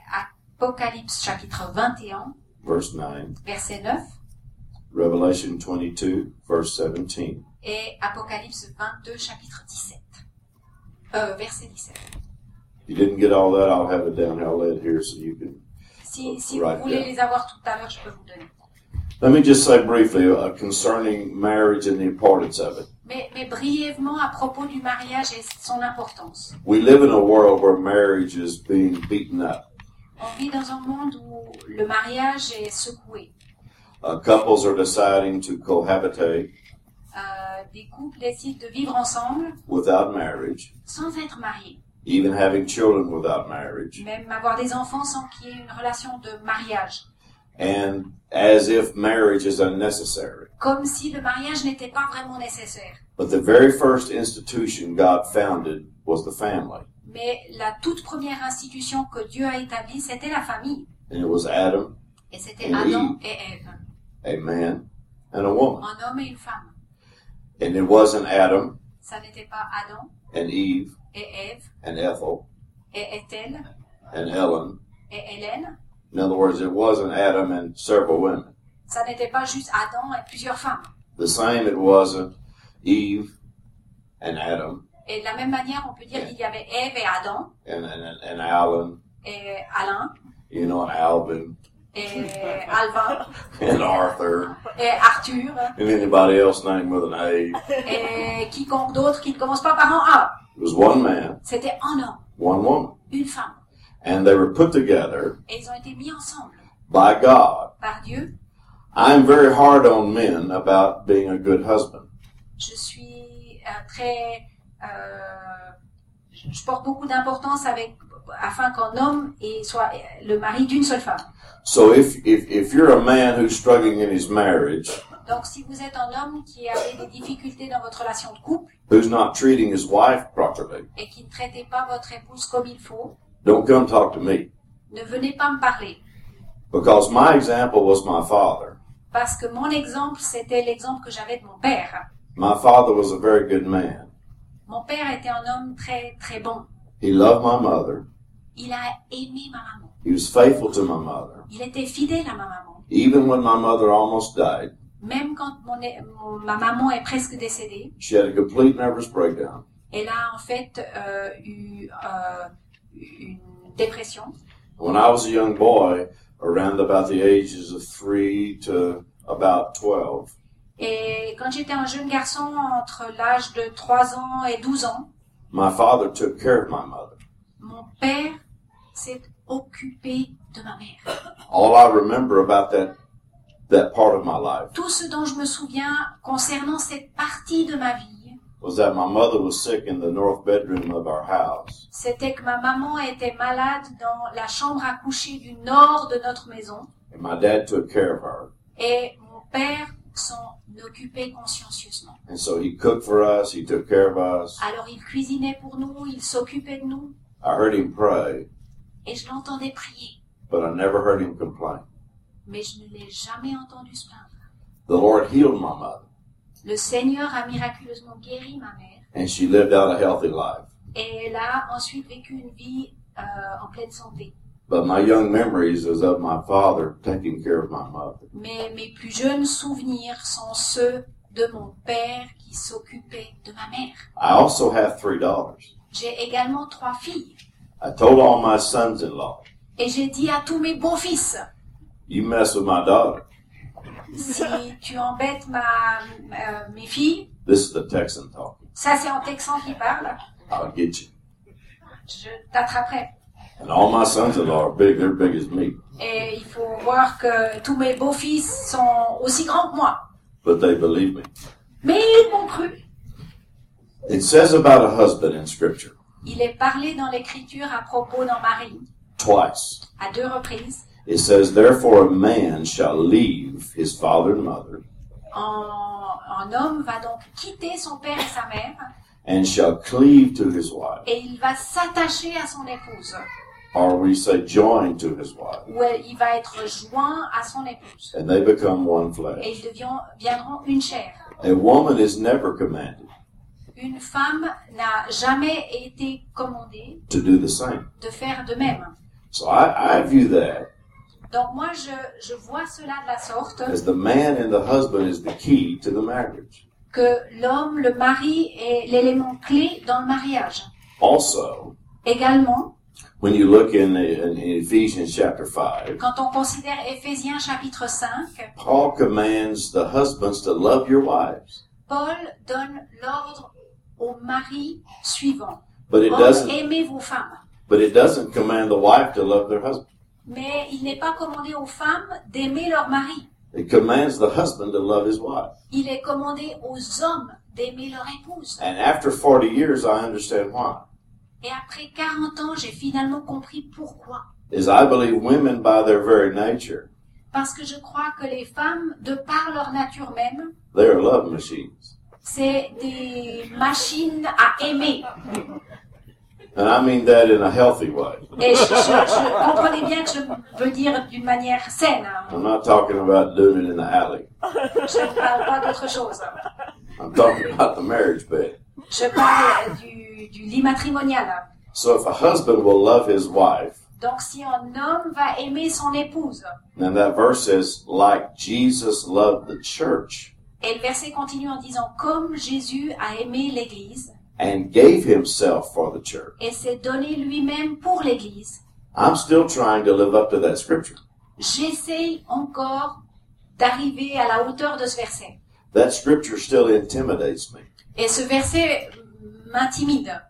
Apocalypse chapitre 21, verse 9, verset 9 Revelation 22, verse 17. et Apocalypse 22, chapitre 17. Euh, verset 17. If you didn't get all that, I'll have it down here. I'll lay it here so you can Si, si Right, vous voulez yeah. les avoir tout à l'heure, je peux vous donner. Let me just say briefly uh, concerning marriage and the importance of it. Mais, mais brièvement à propos du mariage et son importance. We live in a world where marriage is being beaten up. On vit dans un monde où le mariage est secoué. Uh, couples are deciding to cohabitate Euh, des couples décident de vivre ensemble without marriage, sans être mariés, even having children without marriage, même avoir des enfants sans qu'il y ait une relation de mariage, and as if marriage is unnecessary. comme si le mariage n'était pas vraiment nécessaire. But the very first institution God founded was the family, Mais la toute première institution que Dieu a établie, c'était la famille. and it was Adam, Et c'était Et Adam et Ève, a man, and a woman. un homme et une femme. And it wasn't Adam Ça n'était pas Adam and Eve et Ève and Ethel et Ethel and Ellen. et Hélène. In other words, it wasn't Adam and several women. Ça n'était pas juste Adam et plusieurs femmes. The same it wasn't Eve and Adam Et de la même manière, on peut dire qu'il y avait Ève et Adam and, and, and Alan, et Alain you know, and Alvin et Alvin and Arthur et Arthur and anybody else named with an A. It et quiconque d'autre qui ne commence pas par un A. was one man, C'était un homme, one woman. une femme. And they were put together Et ils ont été mis ensemble by God. par Dieu. I'm very hard on men about being a good husband. Je suis euh, très... euh, je je porte beaucoup d'importance avec afin qu'un homme et soit euh, le mari d'une seule femme. So if, if, if you're a man who's struggling in his marriage, Donc, si vous êtes un homme qui avait des difficultés dans votre relation de couple who's not treating his wife properly, et qui ne traitez pas votre épouse comme il faut, don't come talk to me. ne venez pas me parler. Because my example was my father. Parce que mon exemple, c'était l'exemple que j'avais de mon père. My father was a very good man. Mon père était un homme très, très bon. He loved my mother. Il a aimé ma maman. He was faithful to my mother. Il était fidèle à ma maman. Even when my mother almost died, Même quand mon, mon- ma maman est presque décédée, she had a complete nervous breakdown. elle a en fait euh, eu euh, une dépression. When I was a young boy, around about the ages of three to about 12, Et quand j'étais un jeune garçon, entre l'âge de 3 ans et 12 ans, my father took care of my mother. Mon père s'est occupé de ma mère. All I remember about that, that part of my life Tout ce dont je me souviens concernant cette partie de ma vie, was that my mother was sick in the north bedroom of our house. c'était que ma maman était malade dans la chambre à coucher du nord de notre maison And my dad took care of her. et mon père s'en occupait consciencieusement. And so he cooked for us. He took care of us. Alors il cuisinait pour nous, il s'occupait de nous I heard him pray, et je l'entendais prier, but I never heard him complain. mais je ne l'ai jamais entendu se plaindre. The Lord healed my mother, Le Seigneur a miraculeusement guéri ma mère and she lived out a healthy life. et elle a ensuite vécu une vie euh, en pleine santé. But my young memories is of my father taking care of my mother. Mais mes plus jeunes souvenirs sont ceux de mon père qui s'occupait de ma mère. I also have three daughters. J'ai également trois filles. I told all my sons-in-law, Et j'ai dit à tous mes beaux-fils, "You mess with my daughter. si tu embêtes ma, euh, mes filles, This is the Texan talking. ça c'est en texan qui parle, I'll get you." je t'attraperai. And all my sons-in-law are big. They're big as me, Et il faut voir que tous mes beaux-fils sont aussi grands que moi. but they believe me. Mais ils m'ont cru. It says about a husband in Scripture Il est parlé dans l'Écriture à propos d'un mari twice. à deux reprises. It says, "Therefore, a man shall leave his father and mother, Un, un homme va donc quitter son père et sa mère and shall cleave to his wife, et il va s'attacher à son épouse or we say, join to his wife, ou elle- il va être joint à son épouse and they become one flesh." et ils deviendront une chair. A woman is never commanded Une femme n'a jamais été commandée to do the same. de faire de même. So I, I view that Donc moi, je, je vois cela de la sorte as the man and the husband is the key to the marriage. que l'homme, le mari, est l'élément clé dans le mariage. Also, Également, when you look in, the, in Ephesians chapter 5, quand on considère Éphésiens chapitre 5, Paul commands the husbands to love your wives, Paul donne l'ordre au mari suivant. but it Hommes, doesn't aimez vos femmes. but it doesn't command the wife to love their husband. Mais il n'est pas commandé aux femmes d'aimer leur mari. It commands the husband to love his wife. Il est commandé aux hommes d'aimer leur épouse. And after 40 years I understand why. Et après 40 ans, j'ai finalement compris pourquoi. Is I believe women by their very nature, Parce que je crois que les femmes, de par leur nature même, they are love machines. c'est des machines à aimer. And I mean that in a healthy way. Et je, je- je- comprenez bien que je veux dire d'une manière saine. hein. I'm not talking about doing it in the alley. Je ne parle pas d'autre chose. I'm talking about the marriage bed. Je parle du, du lit matrimonial. So if a husband will love his wife, Donc si un homme va aimer son épouse, then that verse says, like Jesus loved the church et le verset continue en disant comme Jésus a aimé l'Église and gave himself for the church. et s'est donné lui-même pour l'Église, I'm still trying to live up to that scripture. j'essaye encore d'arriver à la hauteur de ce verset. That scripture still intimidates me. Et ce verset m'intimide.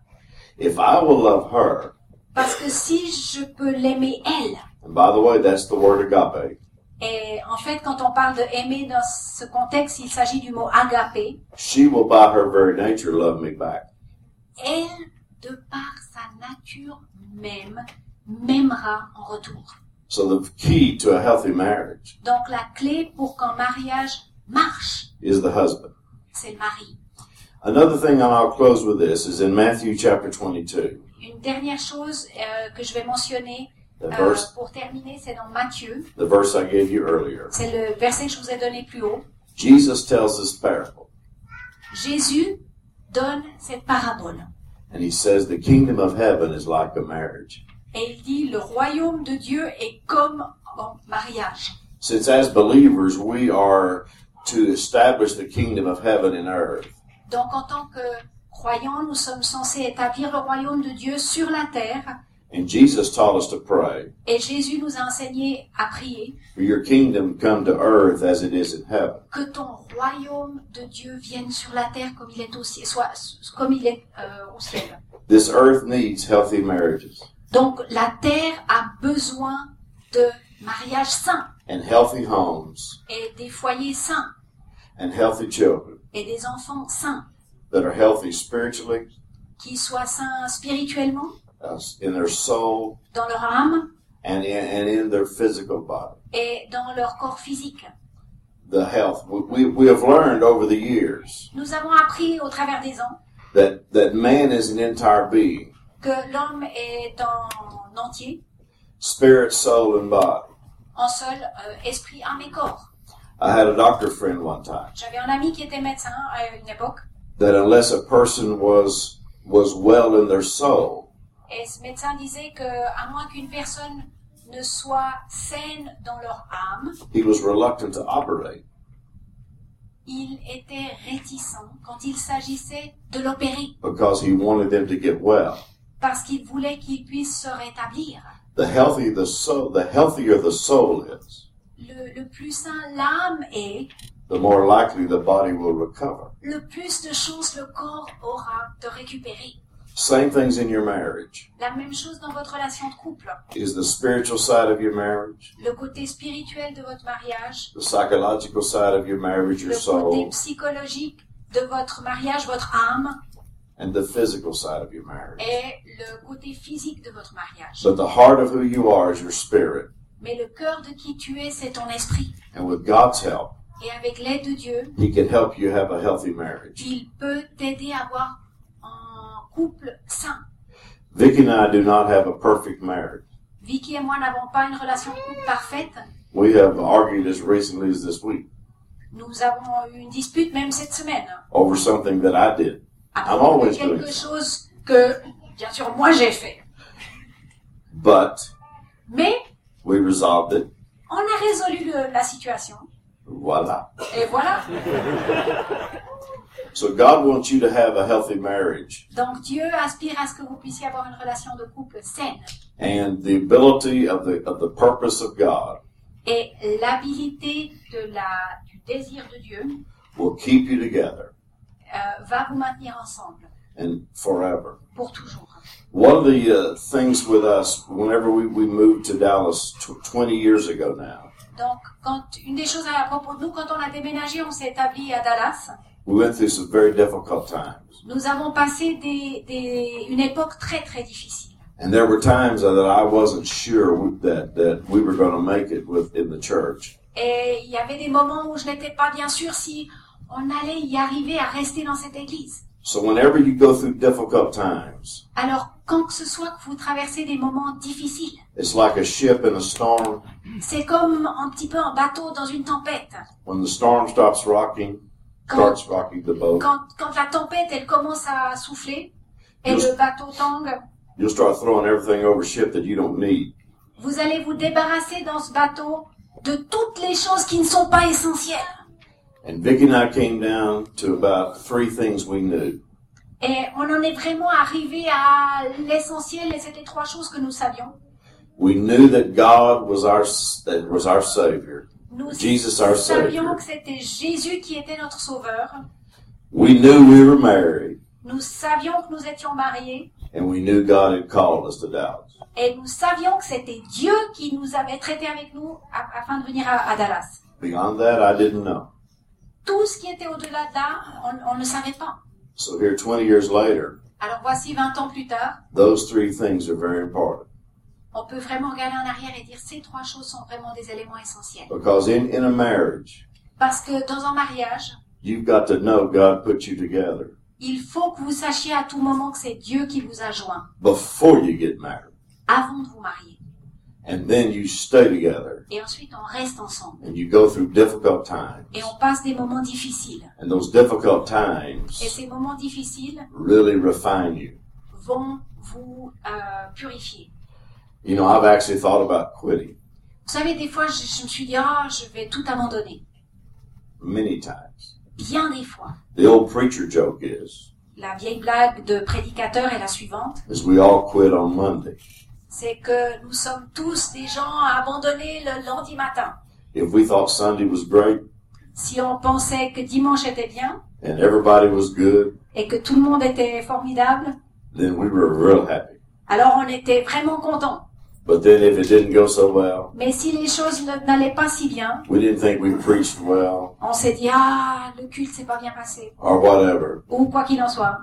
If I will love her, Parce que si je peux l'aimer elle, and by the way, that's the word agape, et en fait quand on parle de aimer dans ce contexte, il s'agit du mot agapé, she will by her very nature love me back. elle, de par sa nature même, m'aimera en retour. So the key to a healthy marriage Donc la clé pour qu'un mariage marche, is the husband. c'est le mari. Another thing, and I'll close with this, is in Matthew chapter 22, Une dernière chose euh, que je vais mentionner the euh, verse pour terminer, c'est dans Matthieu, the verse I gave you earlier. c'est le verset que je vous ai donné plus haut. Jesus tells this parable, Jésus donne cette parabole and he says, The kingdom of heaven is like a marriage. et il dit le royaume de Dieu est comme en mariage. Since as believers we are to establish the kingdom of heaven in earth, Donc en tant que croyants, nous sommes censés établir le royaume de Dieu sur la terre and Jesus taught us to pray, et Jésus nous a enseigné à prier For your kingdom come to earth as it is in heaven. que ton royaume de Dieu vienne sur la terre comme il est au ciel, soit comme il est euh, au ciel. This earth needs healthy marriages Donc la terre a besoin de mariages sains and healthy homes et des foyers sains and healthy children et des enfants sains that are healthy spiritually, qui soient sains spirituellement, uh, in their soul, dans leur âme and in, and in their physical body. et dans leur corps physique. The health. We, we, we have learned over the years Nous avons appris au travers des ans that, that man is an entire being, que l'homme est en entier, spirit, soul, and body. en seul euh, esprit, âme et corps. I had a doctor friend one time J'avais un ami qui était médecin à une époque that unless a person was was well in their soul, et ce médecin disait que à moins qu'une personne ne soit saine dans leur âme, he was reluctant to operate. il était réticent quand il s'agissait de l'opérer Because he wanted them to get well. parce qu'il voulait qu'il puisse se rétablir. The healthy the soul the healthier the soul is, Le, le plus sain l'âme est, the more likely the body will recover. le plus de chances le corps aura de récupérer. Same things in your marriage. La même chose dans votre relation de couple. Is the spiritual side of your marriage, Le côté spirituel de votre mariage, the psychological side of your marriage, your le côté soul, psychologique de votre mariage, votre âme, and the physical side of your marriage. et le côté physique de votre mariage. But the heart of who you are is your spirit. Mais le cœur de qui tu es, c'est ton esprit. And with God's help, Et avec l'aide de Dieu, He can help you have a healthy marriage. il peut t'aider à avoir un couple sain. Vicki and I do not have a perfect marriage. Vicky et moi n'avons pas une relation de couple parfaite. We have argued as recently as this week Nous avons eu une dispute même cette semaine. over something that I did. À Ah propos bon, de oui, je quelque connais. chose que, bien sûr, moi j'ai fait. But Mais we resolved it. on a résolu le- la situation. Voila. Et voilà. So God wants you to have a healthy marriage. Donc Dieu aspire à ce que vous puissiez avoir une relation de couple saine. And the ability of the of the purpose of God Et l'habilité de la, du désir de Dieu will keep you together euh, va vous maintenir ensemble and forever. pour toujours. One of the uh, things with us, whenever we, we moved to Dallas tw 20 years ago now, Donc, quand, une des choses à propos de nous, quand on a déménagé, on s'est établi à Dallas. we went through some very difficult times. Nous avons passé des, des, une époque très très difficile. And there were times that I wasn't sure we- that, that we were going to make it with in the church. Et il y avait des moments où je n'étais pas bien sûre si on allait y arriver à rester dans cette église. So whenever you go through difficult times, Alors, quand que ce soit que vous traversez des moments difficiles, it's like a ship in a storm. c'est comme un petit peu un bateau dans une tempête. When the storm stops rocking, Quand, starts rocking the boat, quand, quand la tempête, elle commence à souffler et Yes. le bateau tangue, you'll start throwing everything over ship that you don't need. vous allez vous débarrasser dans ce bateau de toutes les choses qui ne sont pas essentielles. And Vicki and I came down to about three things we knew. Et on en est vraiment arrivé à l'essentiel et c'était trois choses que nous savions. We knew that God was our that was our Savior. Nous Jesus, our savions Savior. que c'était Jésus qui était notre sauveur. We knew we were married, Nous savions que nous étions mariés and we knew God had called us to Dallas. et nous savions que c'était Dieu qui nous avait traités avec nous a- afin de venir à, à Dallas. Beyond that, I didn't know. Tout ce qui était au-delà de là, on, on ne savait pas. So here, 20 years later, Alors voici 20 ans plus tard, those three things are very important on peut vraiment regarder en arrière et dire ces trois choses sont vraiment des éléments essentiels. because in in a marriage, Parce que dans un mariage, you've got to know God put you together il faut que vous sachiez à tout moment que c'est Dieu qui vous a joint before you get married, avant de vous marier. and then you stay together Et ensuite, on reste ensemble. and you go through difficult times, Et on passe des moments difficiles. and those difficult Et times ces moments difficiles really refine you. vont vous euh, purifier. You know, I've actually thought about quitting Vous savez, des fois, je, je me suis dit, ah, je vais tout abandonner. many times. Bien des fois. The old preacher joke is, La vieille blague de prédicateur est la suivante, is we all quit on Monday. c'est que nous sommes tous des gens à abandonner le lundi matin. If we thought Sunday was great Si on pensait que dimanche était bien and everybody was good, et que tout le monde était formidable, then we were real happy. alors on était vraiment content. But then if it didn't go so well, Mais si les choses ne- n'allaient pas si bien, we didn't think we preached well on s'est dit, ah, le culte s'est pas bien passé. or whatever, Ou quoi qu'il en soit.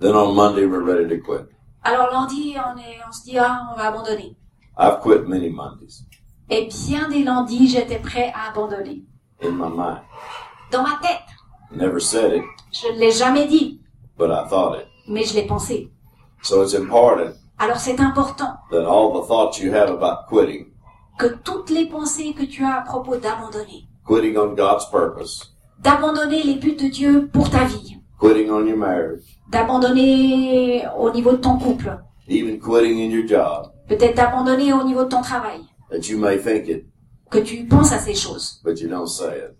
then on Monday we're ready to quit. Alors lundi, on, est, on se dit, ah, on va abandonner. I've quit many Mondays Et bien des lundis, j'étais prêt à abandonner. in my mind. Dans ma tête, Never said it, je ne l'ai jamais dit, but I thought it. mais je l'ai pensé. So it's important Alors c'est important that all the thoughts you have about quitting, que toutes les pensées que tu as à propos d'abandonner, quitting on God's purpose, d'abandonner les buts de Dieu pour ta vie, quitting on your marriage, d'abandonner au niveau de ton couple, even quitting in your job, peut-être d'abandonner au niveau de ton travail, that you may think it, que tu penses à ces choses, but you don't say it,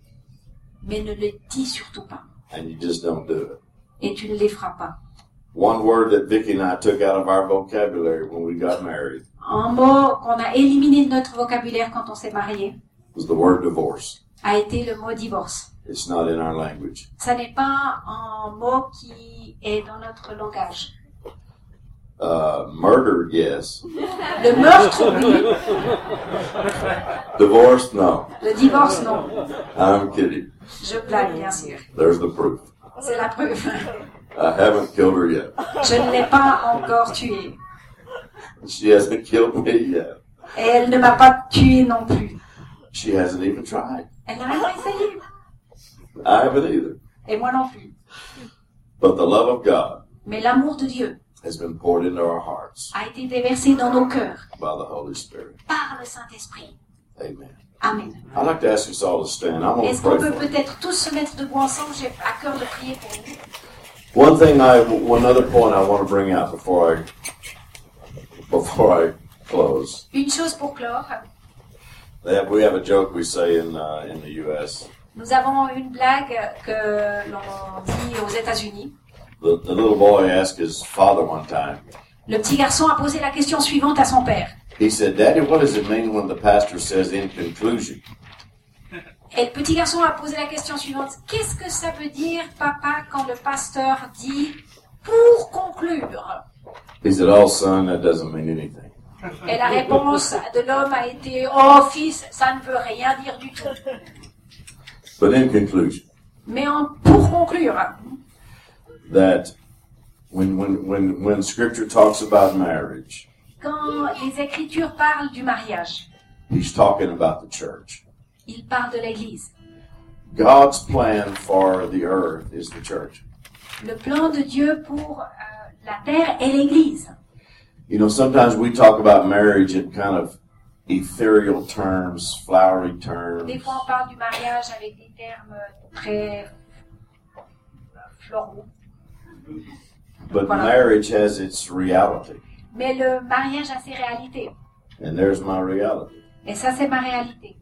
mais ne les dis surtout pas and you just don't do it. et tu ne les feras pas. One word that Vicki and I took out of our vocabulary when we got married Un mot qu'on a éliminé de notre vocabulaire quand on s'est marié was the word divorce. a été le mot divorce. It's not in our language. Ça n'est pas un mot qui est dans notre langage. Uh, murder, yes. Le meurtre, oui. Divorce, no. Le divorce, non. I'm kidding. Je blague, bien sûr. There's the proof. C'est la preuve. I haven't killed her yet. Je ne l'ai pas encore tuée. She hasn't killed me yet. Et elle ne m'a pas tuée non plus. She hasn't even tried. Elle n'a même pas essayé. I haven't either. Et moi non plus. But the love of God Mais l'amour de Dieu has been poured into our hearts a été déversé dans nos cœurs by the Holy Spirit. par le Saint-Esprit. Amen. Amen. I'd like to ask us all to stand. I'm going Est-ce to qu'on pray peut for you. peut-être tous se mettre debout ensemble J'ai à cœur de prier pour vous. One thing I, one other point I want to bring out before I, before I close. Une chose pour clore. They have, we have a joke we say in, uh, in the U.S. Nous avons une blague que l'on dit aux États-Unis. The, the little boy asked his father one time. Le petit garçon a posé la question suivante à son père. He said, Daddy, what does it mean when the pastor says in conclusion? Et le petit garçon a posé la question suivante. Qu'est-ce que ça veut dire, papa, quand le pasteur dit pour conclure He said, Oh, son, that doesn't mean anything. Et la réponse de l'homme a été Oh fils, ça ne veut rien dire du tout. But in conclusion, Mais en, pour conclure, that when, when, when, when scripture talks about marriage, quand les Écritures parlent du mariage, he's talking about the church. ils parlent de l'Église. God's plan for the earth is the church. Le plan de Dieu pour euh, la terre est l'Église. You know, sometimes we talk about marriage in kind of ethereal terms, flowery terms. Des fois, on parle du mariage avec des termes très floraux. But marriage has its reality. Mais le mariage a ses réalités. And there's my reality. Et ça, c'est ma réalité.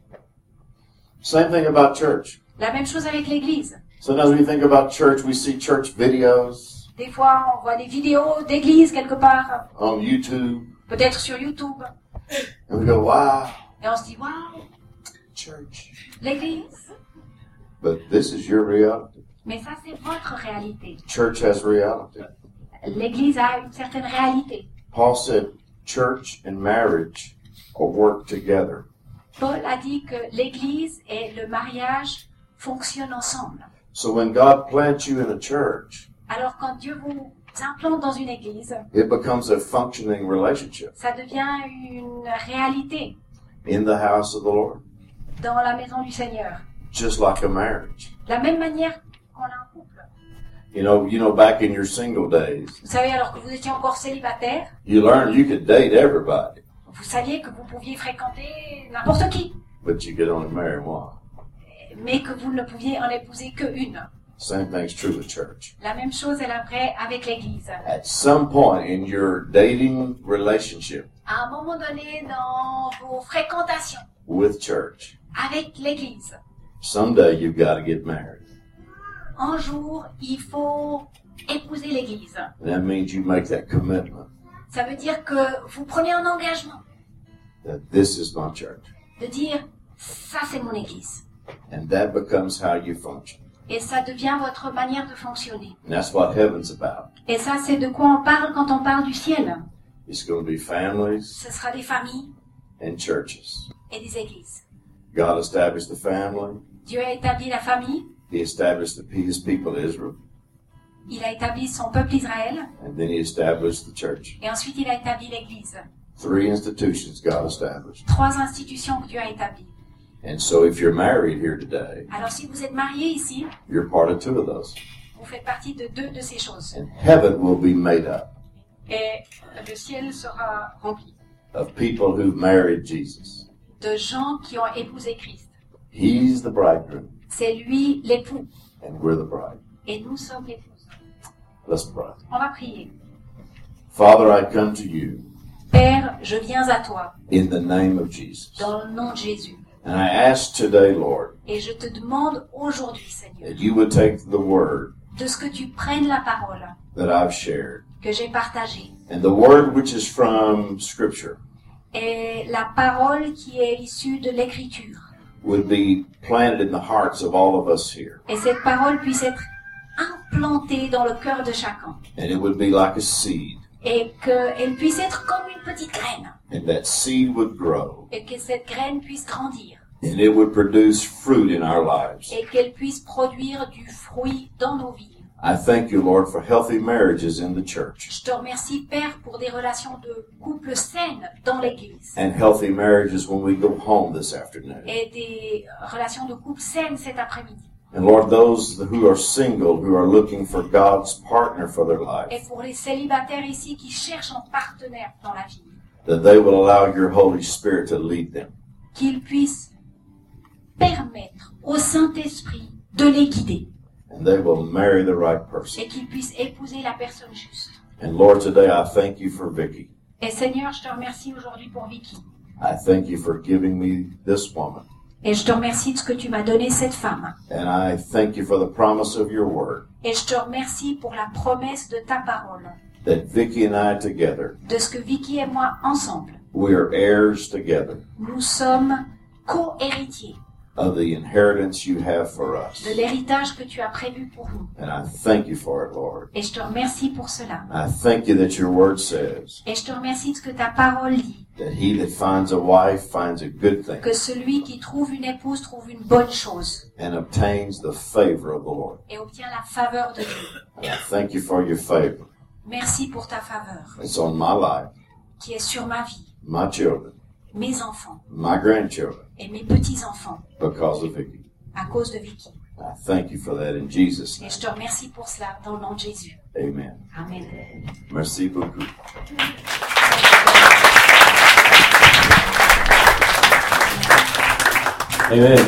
Same thing about church. La même chose avec l'Église. Sometimes we think about church, we see church videos Des fois, on voit des vidéos d'Église quelque part, on YouTube, peut-être sur YouTube, and we go, wow, et on se dit Waouh, church. l'Église But this is your reality. Mais ça, c'est votre réalité. Church has reality. L'Église a une certaine réalité. Paul said, church and marriage are work together. Paul a dit que l'Église et le mariage fonctionnent ensemble. So when God plants you in a church, Alors, quand Dieu vous implante dans une Église, it becomes a functioning relationship ça devient une réalité in the house of the Lord, dans la maison du Seigneur. just like a marriage. De la même manière qu'on a un couple. You know, you know, back in your single days, Vous savez, alors que vous étiez encore célibataire, you learned you could date everybody, vous saviez que vous pouviez fréquenter n'importe qui, but you could only marry one. mais que vous ne pouviez en épouser qu'une. Same thing's true with church. La même chose est la vraie avec l'Église. At some point in your dating relationship À un moment donné, dans vos fréquentations with church, avec l'Église, someday you've got to get married. un jour, il faut épouser l'Église. And that means you make that commitment Ça veut dire que vous prenez un engagement that this is my church. de dire ça c'est mon Église. And that becomes how you function. Et ça devient votre manière de fonctionner. And that's what heaven's about. Et ça c'est de quoi on parle quand on parle du ciel. It's going to be families Ce sera des familles and churches. et des églises. God established the family. Dieu a établi la famille, He established the, his people Israel. il a établi son peuple Israël, And then he established the church. et ensuite il a établi l'Église. Three institutions God established. Trois institutions que Dieu a établies. And so if you're married here today, Alors si vous êtes marié ici, you're part of two of those. vous faites partie de deux de ces choses. And heaven will be made up Et le ciel sera rempli of people who've married Jesus. de gens qui ont épousé Christ. He's the bridegroom, C'est lui l'époux, and we're the bride. et nous sommes l'épouse. Let's pray. On va prier. Father, I come to you Père, je viens à toi in the name of Jesus. dans le nom de Jésus. And I ask today, Lord, Et je te demande aujourd'hui, Seigneur, that you would take the word de ce que tu prennes la parole that I've shared que j'ai partagée and the word which is from Scripture et la parole qui est issue de l'Écriture. would be planted in the hearts of all of us here. Et cette parole puisse être implantée dans le cœur de chacun. And it would be like a seed et qu'elle puisse être comme une petite graine and that seed would grow et que cette graine puisse grandir and it would produce fruit in our lives. et qu'elle puisse produire du fruit dans nos vies. I thank you, Lord, for healthy marriages in the church Je te remercie Père pour des relations de couple saines dans l'Église and healthy marriages when we go home this afternoon. et des relations de couple saines cet après-midi. And Lord, those who are single, who are looking for God's partner for their life, Et pour les célibataires ici qui cherchent un partenaire dans la vie, that they will allow your Holy Spirit to lead them. qu'ils puissent permettre au Saint-Esprit de les guider and they will marry the right person. et qu'ils puissent épouser la personne juste. And Lord, today I thank you for Vicky. Et Seigneur, je te remercie aujourd'hui pour Vicky. I thank you for giving me this woman. Et je te remercie de ce que tu m'as donné cette femme. And I thank you for the promise of your word Et je te remercie pour la promesse de ta parole. that Vicky and I together, De ce que Vicky et moi ensemble, we are heirs together nous sommes co-héritiers of the inheritance you have for us. de l'héritage que tu as prévu pour nous. And I thank you for it, Lord. Et je te remercie pour cela. I thank you that your word says Et je te remercie de ce que ta parole dit. that he that finds a wife finds a good thing Que celui qui trouve une épouse trouve une bonne chose and obtains the favor of the Lord. et obtient la faveur de Dieu. And I thank you for your favor. Merci pour ta faveur It's on my life, qui est sur ma vie, my children, mes enfants my grandchildren, et mes petits-enfants because of Vicky. à cause de Vicky. I thank you for that in Jesus' Et name. je te remercie pour cela dans le nom de Jésus. Amen. Amen. Merci beaucoup. Amen.